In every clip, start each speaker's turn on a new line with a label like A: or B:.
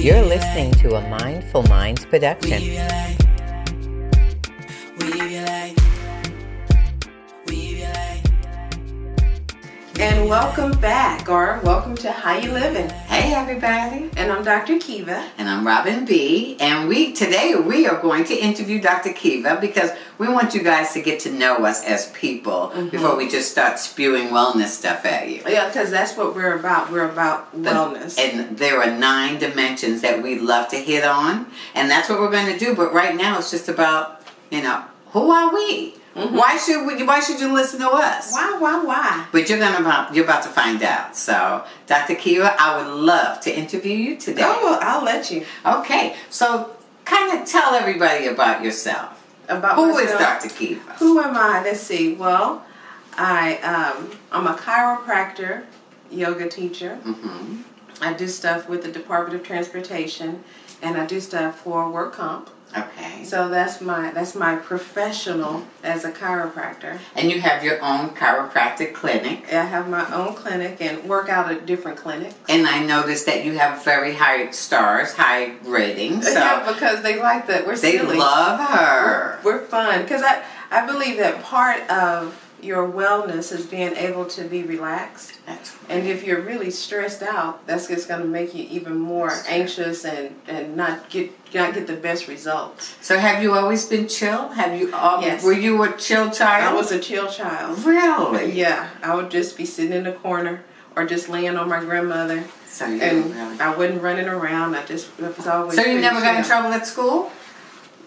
A: You're listening to a Mindful Minds production.
B: And welcome back, or welcome to How You Living.
C: Hey everybody,
B: And I'm Dr. Kiva.
C: and I'm Robin B. And we today we are going to interview Dr. Kiva because we want you guys to get to know us as people before we just start spewing wellness stuff at you.
B: Yeah, because that's what we're about. We're about wellness.
C: And there are nine dimensions that we love to hit on, and that's what we're going to do. But right now, it's just about you know who are we? Why should we? Why should you listen to us?
B: why, why, why?
C: But you're gonna about you're about to find out. So, Dr. Kiva, I would love to interview you today.
B: Oh, I'll let you.
C: Okay, so kind of tell everybody about yourself.
B: About
C: Who is
B: myself.
C: Dr. Kiva?
B: Who am I? Let's see. Well, I um, I'm a chiropractor, yoga teacher.
C: Mm-hmm.
B: I do stuff with the Department of Transportation, and I do stuff for work comp.
C: Okay.
B: So that's my that's my professional as a chiropractor.
C: And you have your own chiropractic clinic.
B: I have my own clinic and work out at different clinics.
C: And I noticed that you have very high stars, high ratings. So
B: Uh, yeah, because they like that we're
C: they
B: silly.
C: love her.
B: we're fun because I I believe that part of your wellness is being able to be relaxed.
C: That's
B: And if you're really stressed out, that's just going to make you even more anxious and, and not get not get the best results.
C: so have you always been chill? Have you always
B: Yes.
C: were you a chill
B: I
C: child?
B: was a chill child.
C: really?
B: Yeah, I would just be sitting in the corner or just laying on my grandmother,
C: So you
B: and
C: really
B: I wasn't running around. I just it was always.
C: So you
B: pretty
C: never got in
B: chill.
C: trouble at school?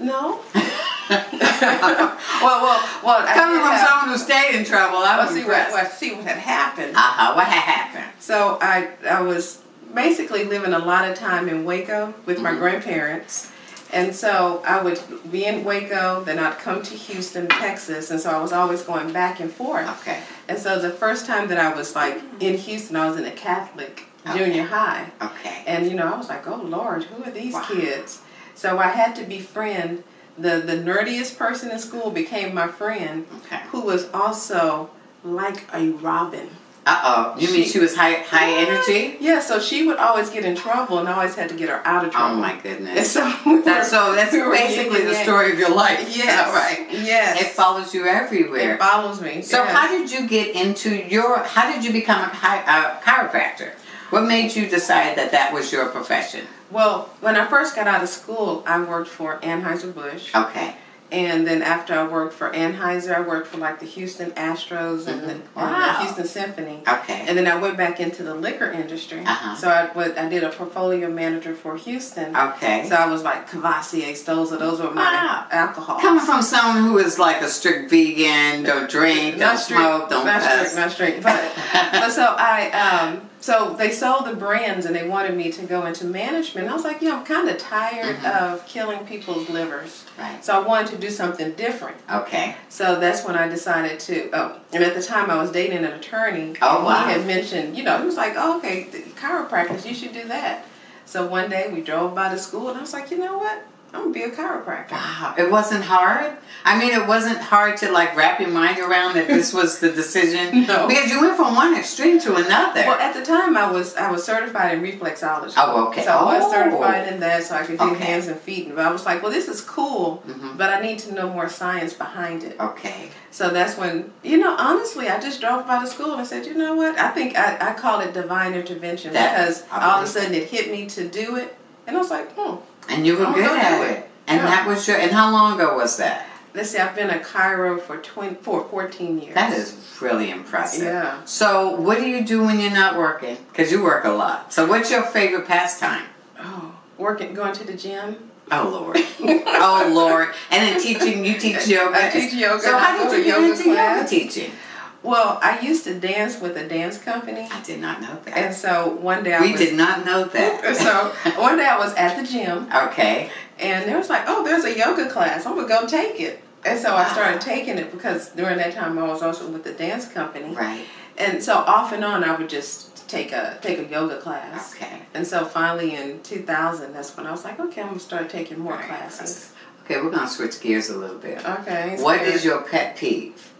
B: No. well, well, well. I
C: Coming
B: did
C: from
B: have-
C: someone who stayed in trouble, I
B: Well,
C: was
B: see what,
C: impressed.
B: what, see what had happened.
C: Uh-huh, what happened?
B: So I, I was basically living a lot of time in Waco with
C: Mm-hmm.
B: my grandparents. And so I would be in Waco, then I'd come to Houston, Texas. And so I was always going back and forth.
C: Okay,
B: And so the first time that I was like in Houston, I was in a Catholic
C: Mm-hmm. Okay.
B: junior high.
C: okay.
B: And you know, I was like, oh Lord, who are these
C: Wow.
B: kids? So I had to befriend the, the nerdiest person in school became my friend
C: Okay.
B: who was also like a robin.
C: Uh oh. You mean
B: She-
C: she was high high energy?
B: Yeah, so she would always get in trouble, and I always had to get her out of
C: Oh
B: trouble.
C: my
B: And
C: goodness.
B: so we
C: That's
B: were-
C: so. That's
B: we were
C: basically
B: yin and
C: the
B: yang.
C: story of your life.
B: Yes,
C: All right.
B: Yes,
C: It follows you
B: It
C: everywhere.
B: follows me.
C: So
B: yes.
C: how did you get into your? How did you become a chi- uh, chiropractor? What made you decide that that was your profession?
B: Well, when I first got out of school, I worked for Anheuser Busch,
C: Okay.
B: and then after I worked for Anheuser, I worked for like the Houston Astros and, the, and the
C: Mm-hmm. Wow.
B: Houston Symphony.
C: Okay.
B: And then I went back into the liquor industry.
C: Uh-huh.
B: So I, went- I did a portfolio manager for Houston.
C: Okay.
B: So I was like Cavassier, Stolza, those were my
C: Wow.
B: alcohols.
C: Coming from someone who is like a strict vegan, don't drink, don't
B: strict,
C: smoke, don't
B: not
C: cuss.
B: strict, not strict. But, but so I, um, so they sold the brands and they wanted me to go into management. I was like, you know, I'm kind of tired
C: Mm-hmm.
B: of killing people's livers.
C: Right.
B: So I wanted to do something different.
C: Okay.
B: So that's when I decided to. Oh, and at the time I was dating an attorney.
C: Oh,
B: and
C: wow.
B: He had mentioned, you know, he was like, oh, okay, th- chiropractors, you should do that. So one day we drove by the school and I was like, you know what? I'm gonna be a chiropractor.
C: Wow, it wasn't hard. I mean, it wasn't hard to like wrap your mind around that this was the decision
B: No.
C: because you went from one extreme to another.
B: Well, at the time, I was I was certified in reflexology.
C: Oh, okay.
B: So I
C: Oh.
B: was certified in that, so I could do
C: Okay.
B: hands and feet. But I was like, well, this is cool,
C: Mhm.
B: but I need to know more science behind it.
C: okay,
B: So that's when, you know, honestly, I just drove by the school and I said, you know what? I think I, I call it divine intervention
C: That-
B: because
C: I
B: all of
C: believe
B: a sudden it hit me to do it, and I was like, hmm.
C: and you were
B: I'm
C: good
B: good
C: at
B: at
C: it, and
B: Yeah.
C: that was your. And how long ago was that?
B: Let's see, I've been a Cairo for 20, for 14 years.
C: That is really impressive.
B: Yeah.
C: So, what do you do when you're not working? Because you work a lot. So, what's your favorite pastime?
B: Oh, working, going to the gym.
C: Oh Lord. oh Lord. And then teaching. You teach yoga.
B: I teach yoga
C: So,
B: and I
C: how did
B: go to
C: you get
B: yoga
C: into yoga
B: class.
C: teaching?
B: Well, I used to dance with a dance company.
C: I did not know that.
B: And so one day I
C: we
B: was,
C: did not know that.
B: so one day I was at the gym
C: Okay.
B: and there was like, oh, there's a yoga class. I'm gonna go take it. And so I
C: Wow.
B: started taking it because during that time I was also with the dance company.
C: Right.
B: And so off and on I would just take a take a yoga class.
C: Okay.
B: And so finally in 2000, that's when I was like, okay, I'm gonna start taking more
C: Right.
B: classes.
C: Okay, we're gonna switch gears a little bit.
B: Okay.
C: What is your pet peeve?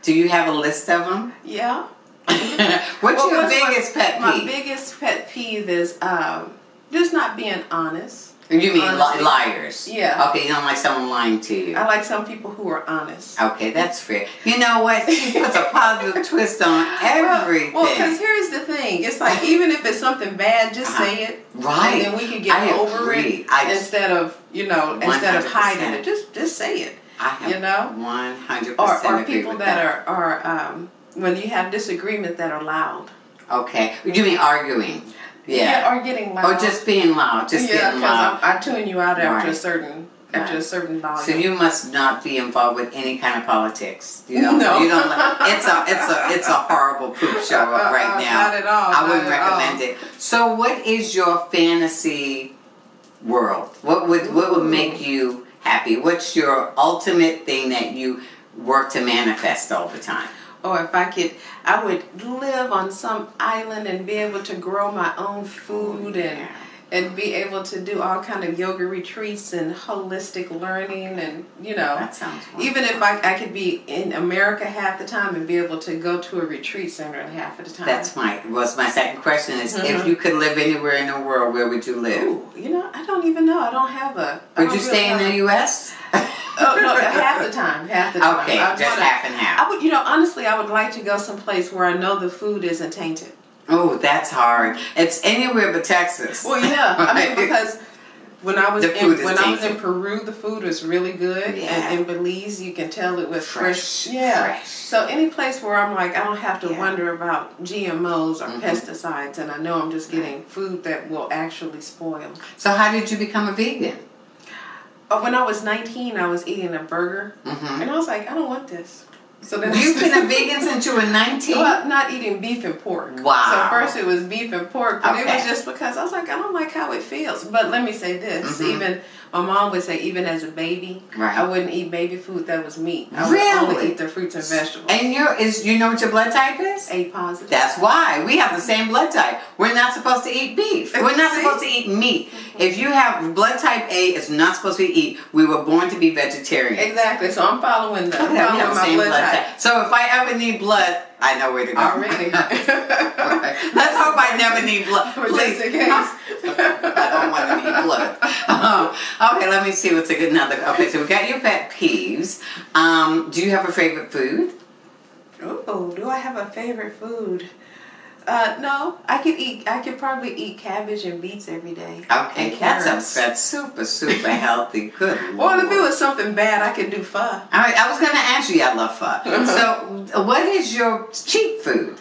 C: Do you have a list of them?
B: yeah?
C: What's
B: What
C: your
B: was my-
C: biggest pet
B: My
C: peeve?
B: biggest pet peeve is um, just not being honest.
C: you mean li-
B: Honestly.
C: liars?
B: Yeah.
C: Okay, you don't like someone lying to you.
B: I like some people who are honest.
C: Okay, that's fair. You know what? She puts a positive twist on everything.
B: Well, because here's the thing: it's like even if it's something bad, just say it,
C: Uh-huh. right.
B: And then we can get
C: I
B: over
C: agree.
B: it
C: I-
B: instead of you know instead of hiding
C: 100%.
B: it. Just just say it.
C: I have
B: you know?
C: one hundred
B: Or
C: percent
B: or
C: agree
B: people
C: with
B: that, are are um, when you have disagreement that are loud.
C: are okay. You mean arguing? Yeah.
B: or getting loud.
C: Or just being loud. Just
B: yeah,
C: getting loud.
B: because I, I tune you out after a
C: Right.
B: certain after a
C: Right.
B: certain volume.
C: So you must not be involved with any kind of politics. You don't.
B: No.
C: You don't. Like, it's a it's a it's a horrible poop show
B: Uh-uh,
C: right now.
B: Not at all.
C: I wouldn't
B: not at all.
C: recommend it. So, what is your fantasy world? What would what would make you happy? What's your ultimate thing that you work to manifest all the time?
B: Or if I could, I would live on some island and be able to grow my own food and and be able to do all kind of yoga retreats and holistic learning and you know.
C: That sounds wonderful.
B: Even if I, I could be in America half the time and be able to go to a retreat center half of the time.
C: that's my was my second question is if you could live anywhere in the world, where would you live?
B: Mm-hmm. Ooh, you know, I don't even know. I don't have a. I
C: Would
B: don't
C: you stay in
B: really
C: the U.S.?
B: have- Oh no, half the time, half the time.
C: Okay,
B: I
C: just
B: wanna-
C: half and half.
B: I would, you know, honestly, I would like to go someplace where I know the food isn't tainted.
C: Oh, that's hard. It's anywhere but Texas.
B: Well, yeah, I mean because when I was
C: The
B: in,
C: food is
B: when I was in
C: tainted.
B: Peru, the food was really good,
C: Yeah.
B: and in Belize, you can tell it was fresh.
C: Fresh,
B: Yeah.
C: fresh.
B: So any place where I'm like, I don't have to
C: Yeah.
B: wonder about GMOs or
C: Mhm.
B: pesticides, and I know I'm just getting food that will actually spoil.
C: so how did you become a vegan?
B: Oh, when I was 19, I was eating a burger,
C: Mm-hmm.
B: and I was like, I don't want this. So then I
C: You've been
B: started-
C: a vegan since you were nineteen.
B: Well, not eating beef and pork.
C: Wow.
B: So first it was beef and pork, but it was
C: Okay.
B: just because I was like, I don't like how it feels. But let me say this:
C: Mhm.
B: even my mom would say, even as a baby,
C: Right.
B: I wouldn't eat baby food that was meat. I would
C: Really?
B: only eat the fruits and vegetables.
C: And your is you know what your blood type is?
B: A positive.
C: That's why we have the same blood type. We're not supposed to eat beef. We're not
B: See?
C: supposed to eat meat. If you have blood type A, it's not supposed to eat. We were born to be vegetarians.
B: exactly. So I'm following the
C: Okay,
B: I'm
C: we have
B: following
C: the
B: my
C: same
B: blood type
C: So if I ever need blood, I know where to go.
B: already.
C: Let's hope I never need blood.
B: For
C: Please.
B: just in case.
C: I don't want to be blood. Um, okay, let me see what's a good another. Okay, so we got your pet peeves. Um, do you have a favorite food?
B: Ooh, do I have a favorite food? Uh, no, I could eat. I could probably eat cabbage and beets every day.
C: Okay,
B: And
C: that's
B: carrots.
C: a, that's super super healthy. Good.
B: Well, if
C: Lord.
B: it was something bad, I could do pho.
C: All right, I was going to ask you. I love pho. so, what is your cheap food?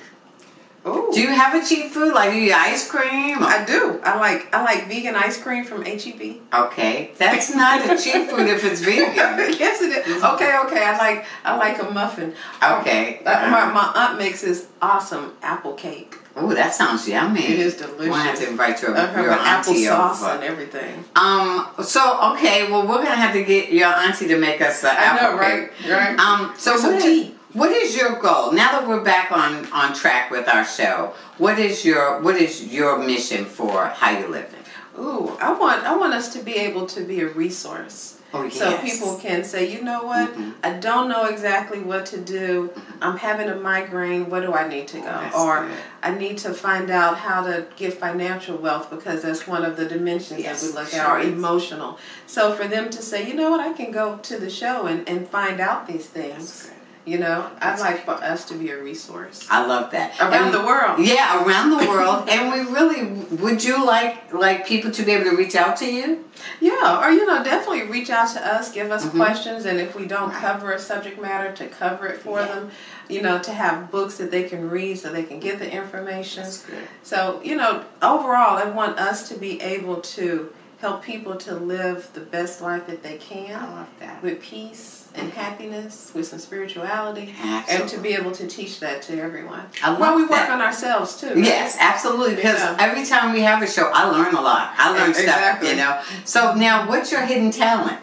B: Ooh.
C: Do you have a cheap food like you eat ice cream? or-
B: I do. I like I like vegan ice cream from E HEB.
C: okay, that's not a cheap food if it's vegan.
B: yes, it is. Okay, okay. I like I like a muffin.
C: Okay.
B: Uh, my, my aunt makes this awesome apple cake.
C: Oh, that sounds yummy.
B: It is delicious.
C: We'll have to invite your,
B: I have
C: your
B: an apple
C: auntie
B: sauce
C: over.
B: and everything.
C: Um. So okay. Well, we're gonna have to get your auntie to make us an
B: I know,
C: apple
B: right?
C: cake.
B: Right.
C: Um. So
B: With some
C: what-
B: tea.
C: what is your goal now that we're back on on track with our show? What is your What is your mission for how you living?
B: Ooh, I want I want us to be able to be a resource.
C: Oh, yes.
B: So people can say, you know what?
C: Mhm.
B: I don't know exactly what to do. I'm having a migraine. What do I need to go?
C: Mm-hmm. Oh, that's
B: or
C: good.
B: I need to find out how to get financial wealth because that's one of the dimensions
C: Yes,
B: that we look at,
C: sure
B: or
C: is.
B: emotional. So for them to say, you know what? I can go to the show and, and find out these things. You know, I'd like for us to be a resource
C: I love that
B: around
C: And-
B: the world.
C: Yeah, around the world, and we really would you like like people to be able to reach out to you?
B: Yeah, or you know, definitely reach out to us, give us
C: Mhm.
B: questions, and if we don't
C: Right.
B: cover a subject matter, to cover it for
C: Yeah.
B: them. You know, to have books that they can read so they can get the information.
C: good.
B: So, you know, overall, I want us to be able to help people to live the best life that they
C: I
B: can
C: love that.
B: with peace and happiness, with some spirituality, and to
C: Absolutely.
B: be able to teach that to everyone.
C: I love
B: While we work
C: that.
B: on ourselves too.
C: Yes, absolutely. Because
B: Yeah.
C: every time we have a show, I learn a lot. I learn
B: Exactly.
C: stuff, you know. So now, what's your hidden talent?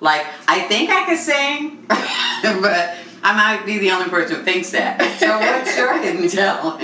C: Like, I think I can sing, but I might be the only person who thinks that. So, what's your hidden talent?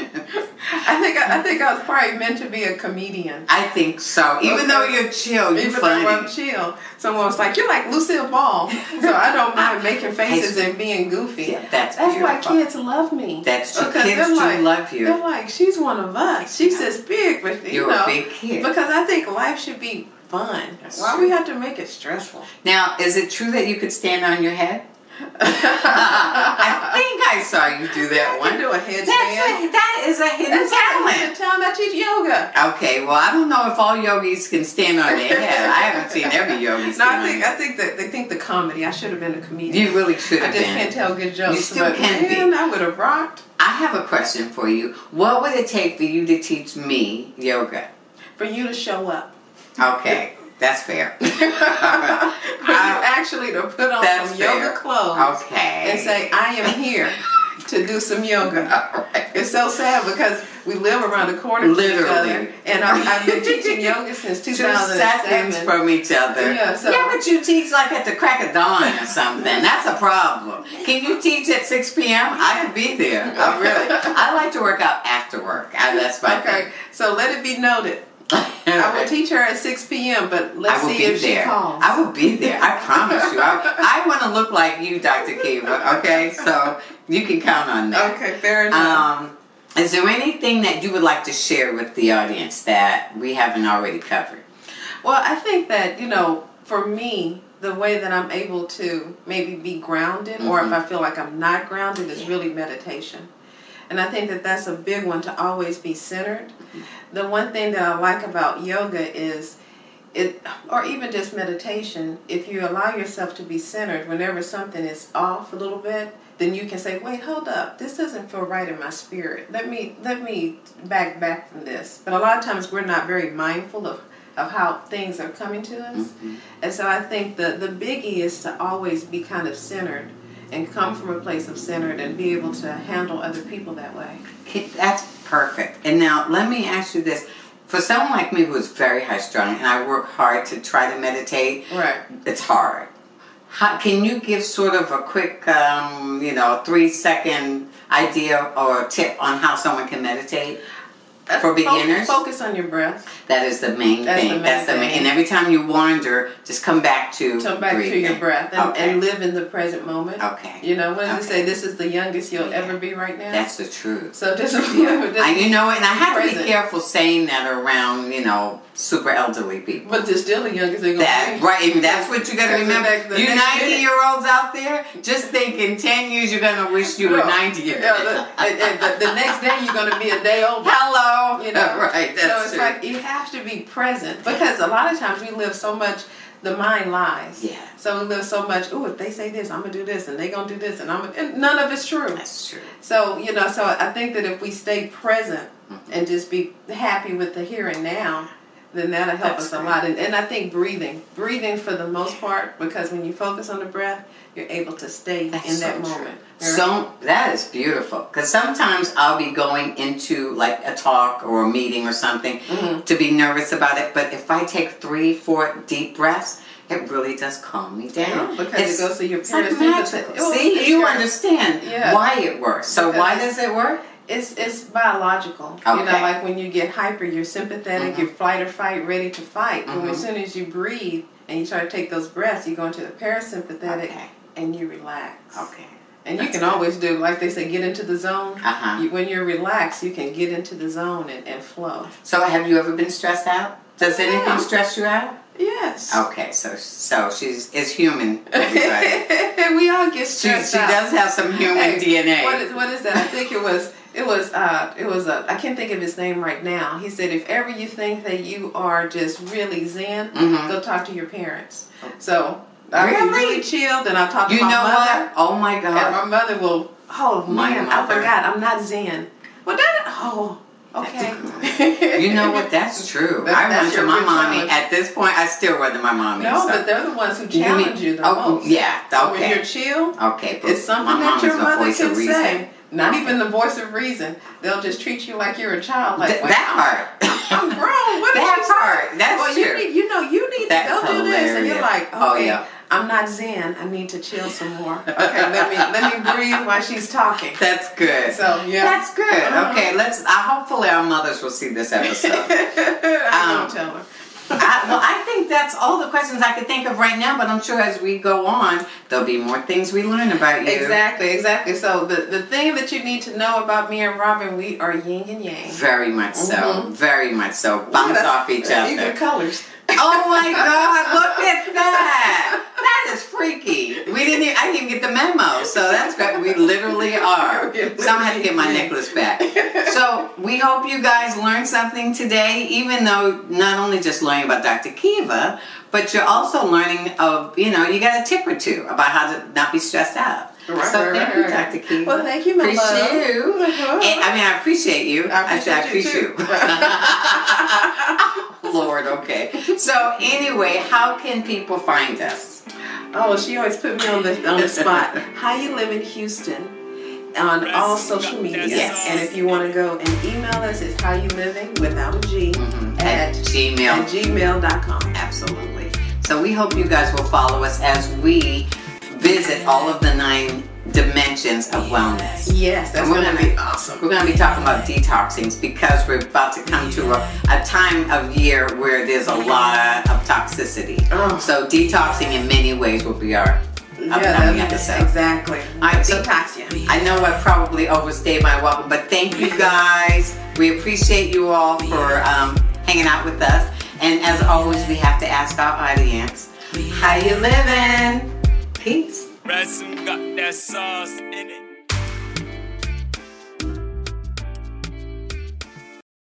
B: I think I, I think I was probably meant to be a comedian.
C: I think so. Even
B: Okay.
C: though you're chill, you're
B: Even
C: funny.
B: though I'm chill, someone was like, "You're like Lucille Ball," so I don't mind making faces and being goofy.
C: Yeah, that's
B: That's why
C: beautiful.
B: kids love me.
C: That's true.
B: Because
C: Kids
B: they're
C: do
B: like-
C: love you.
B: They're like, she's one of us. She's this big, but you
C: You're a
B: know,
C: big kid.
B: Because I think life should be fun.
C: That's
B: Why
C: true.
B: we have to make it stressful?
C: Now, is it true that you could stand on your head? I think I saw you do that
B: I
C: one.
B: can do a
C: That's
B: headstand.
C: a, that is a hidden
B: talent.
C: talent.
B: Time I teach yoga.
C: Okay, well, I don't know if all yogis can stand on their head. I haven't seen every yogi stand.
B: No, I
C: on
B: think
C: their-
B: I think that they think the comedy. I should have been a comedian.
C: you really should
B: I
C: have
B: just can't
C: been.
B: tell good jokes.
C: still
B: but
C: can be.
B: man, I would have rocked.
C: I have a question for you. What would it take for you to teach me yoga?
B: For you to show up.
C: Okay, that's fair.
B: for you actually to put on
C: That's
B: some
C: fair.
B: yoga clothes
C: Okay.
B: and say, I am here to do some yoga.
C: All right.
B: It's so sad because we live around the corner
C: Literally.
B: from each other. And I've, I've been teaching yoga since
C: two seconds
B: 2007.
C: from each other.
B: Yeah, so-
C: but you teach like at the crack of dawn or something. That's a problem. Can you teach at 6 p.m.? I could be there. I really. I like to work out after work. I, that's my
B: Okay, so let it be noted.
C: thing.
B: I will teach her at 6 p.m., but let's
C: I will
B: see
C: be
B: if
C: there.
B: she calls.
C: I will be there. I promise you. I, I want to look like you, Dr. Kiva. Okay, so you can count on that.
B: okay, fair enough.
C: Um, is there anything that you would like to share with the audience that we haven't already covered?
B: well, I think that, you know, for me, the way that I'm able to maybe be grounded, or if I feel like I'm not grounded, is really meditation. And I think that that's a big one to always be centered. The one thing that I like about yoga is it, or even just meditation, if you allow yourself to be centered, whenever something is off a little bit, then you can say, "Wait, hold up, this doesn't feel right in my spirit. Let me let me back back from this." But a lot of times we're not very mindful of of how things are coming to us,
C: Mm-hmm.
B: and so I think the the biggie is to always be kind of centered and come from a place of centered and be able to handle other people that way.
C: Okay, That's perfect. And now let me ask you this. For someone like me who's very high strung and I work hard to try to meditate,
B: Right.
C: it's hard. How, can you give sort of a quick, um, you know, three second idea or tip on how someone can meditate? For beginners?
B: focus on your breath.
C: That is the main
B: That's the
C: thing.
B: main
C: That's the main.
B: thing.
C: And every time you wander, just come back to
B: Come back to
C: breathing.
B: your breath and,
C: okay.
B: and live in the present moment.
C: Okay.
B: You know, what does it
C: Okay.
B: say? This is the youngest you'll ever be right now.
C: That's the truth.
B: so just
C: Yeah.
B: remember
C: I,
B: this.
C: you know, and I have to be
B: Present.
C: careful saying that around, you know, super elderly people.
B: But they're still the youngest they're gonna
C: That
B: be.
C: right, and that's what you gotta
B: Because the
C: remember.
B: next- the
C: you
B: next
C: ninety
B: minute-
C: year olds out there, just think in ten years you're gonna wish you were
B: Yeah.
C: ninety years.
B: Yeah, the, and, and the, the next day you're gonna be a day older.
C: Hello,
B: You know,
C: right? That's
B: so it's
C: true.
B: like you have to be present because a lot of times we live so much. The mind lies.
C: Yeah.
B: So we live so much. Oh, if they say this, I'm gonna do this, and they gonna do this, and I'm gonna, and none of it's true.
C: that's true.
B: So you know, so I think that if we stay present and just be happy with the here and now, then that'll help
C: That's
B: us a
C: great.
B: lot. And, and I think breathing, breathing for the most part, because when you focus on the breath, you're able to stay
C: That's
B: in that
C: so true.
B: moment.
C: So that is beautiful because sometimes I'll be going into like a talk or a meeting or something
B: Mm-hmm.
C: to be nervous about it, but if I take three, four deep breaths, it really does calm me down.
B: Yeah, because it goes to your
C: it's like
B: parasympathetic-
C: magical.
B: Well,
C: See,
B: it's
C: you
B: your-
C: understand
B: Yeah.
C: why it works. So why
B: Because-
C: does it work?
B: it's it's biological. You know,
C: Okay. Mm-hmm.
B: like when you get hyper, you're sympathetic, you're flight or fight, ready to fight. But as soon as you breathe and you try to take those breaths, you go into the parasympathetic
C: Okay.
B: and you relax.
C: Okay.
B: And you can always do, like they say, get into the zone.
C: Uh-huh.
B: You, when you're relaxed, you can get into the zone and, and flow.
C: So have you ever been stressed out? Does anything
B: Yeah.
C: stress you out?
B: Yes.
C: Okay, so so she's is human. Everybody.
B: we all get
C: she she
B: stressed out.
C: does have some human
B: Hey,
C: DNA.
B: What is, what is that? I think it was it was uh it was a I can't think of his name right now. He said if ever you think that you are just really zen,
C: Mhm.
B: go talk to your parents. So I really?
C: Oh. Really?
B: really chilled and I talked
C: you
B: to my
C: know
B: mother
C: what? Oh my god.
B: and my mother will oh
C: My
B: man,
C: mother.
B: I forgot I'm not zen. Well that oh okay.
C: You know what? That's true.
B: That-
C: I
B: that's
C: went to
B: your
C: my
B: real
C: mommy.
B: challenge.
C: At this point, I still went to my mommy.
B: No,
C: so-
B: but they're the ones who
C: You mean-
B: challenge you the
C: oh,
B: most.
C: Yeah.
B: So when
C: okay.
B: you're chill,
C: okay. but
B: it's something
C: my
B: that
C: mom
B: your
C: is my
B: mother
C: voice
B: can
C: of reason.
B: say. Not
C: Okay.
B: even the voice of reason. They'll just treat you like you're a child. Like
C: Th- that part.
B: I'm grown. What did
C: that
B: you say?
C: part. That's
B: well,
C: true.
B: you need, you know, you need
C: That's
B: to go do this, and you're
C: hilarious.
B: like, okay,
C: Oh, yeah.
B: I'm not Zen. I need to chill some more. Okay, let me let me breathe while she's talking.
C: That's good.
B: So yeah, Uh-huh.
C: That's good. Okay, let's. I, hopefully, our mothers will see this episode.
B: I
C: um,
B: don't tell her.
C: I, well, I think that's all the questions I could think of right now. But I'm sure as we go on, there'll be more things we learn about you.
B: Exactly, exactly. So the the thing that you need to know about me and Robin, we are yin and yang.
C: Very much so.
B: Mm-hmm.
C: Very much so. Bounce
B: That's-
C: off each other.
B: Even colors.
C: Oh my god, look at that. That is freaky. We didn't even, I didn't even get the memo. So that's great. We literally are. So I'm gonna have to get my necklace back. So we hope you guys learned something today, even though not only just learning about Dr. Kiva, but you're also learning of, you know, you got a tip or two about how to not be stressed out.
B: Right,
C: so
B: right,
C: thank
B: right,
C: you,
B: right.
C: Dr. Kiva.
B: Well, thank you, my
C: appreciate
B: love.
C: you. And- I mean, I appreciate you.
B: Uh-huh. I
C: said I
B: appreciate you, too.
C: Lord, okay. So anyway, how can people find us?
B: Oh, she always put me on the on the spot. How you live in Houston? On all social media.
C: Yes.
B: And if you want to go and email us, it's how you living without a G
C: At
B: Mm-hmm. at, at
C: Gmail.
B: gmail.com.
C: Absolutely. So we hope you guys will follow us as we visit all of the nine dimensions of wellness.
B: Yes, that's
C: We're
B: gonna
C: gonna-
B: be awesome.
C: We're going to be talking about detoxings because we're about to come to a, a time of year where there's a lot of toxicity.
B: Oh.
C: So detoxing in many ways will be our upcoming
B: that's-
C: episode.
B: exactly.
C: I think-
B: detox you.
C: I know I probably overstayed my welcome, but thank you guys. We appreciate you all for um, hanging out with us. And as always, we have to ask our audience, how you living? Peace.
D: Red soon got that sauce in it.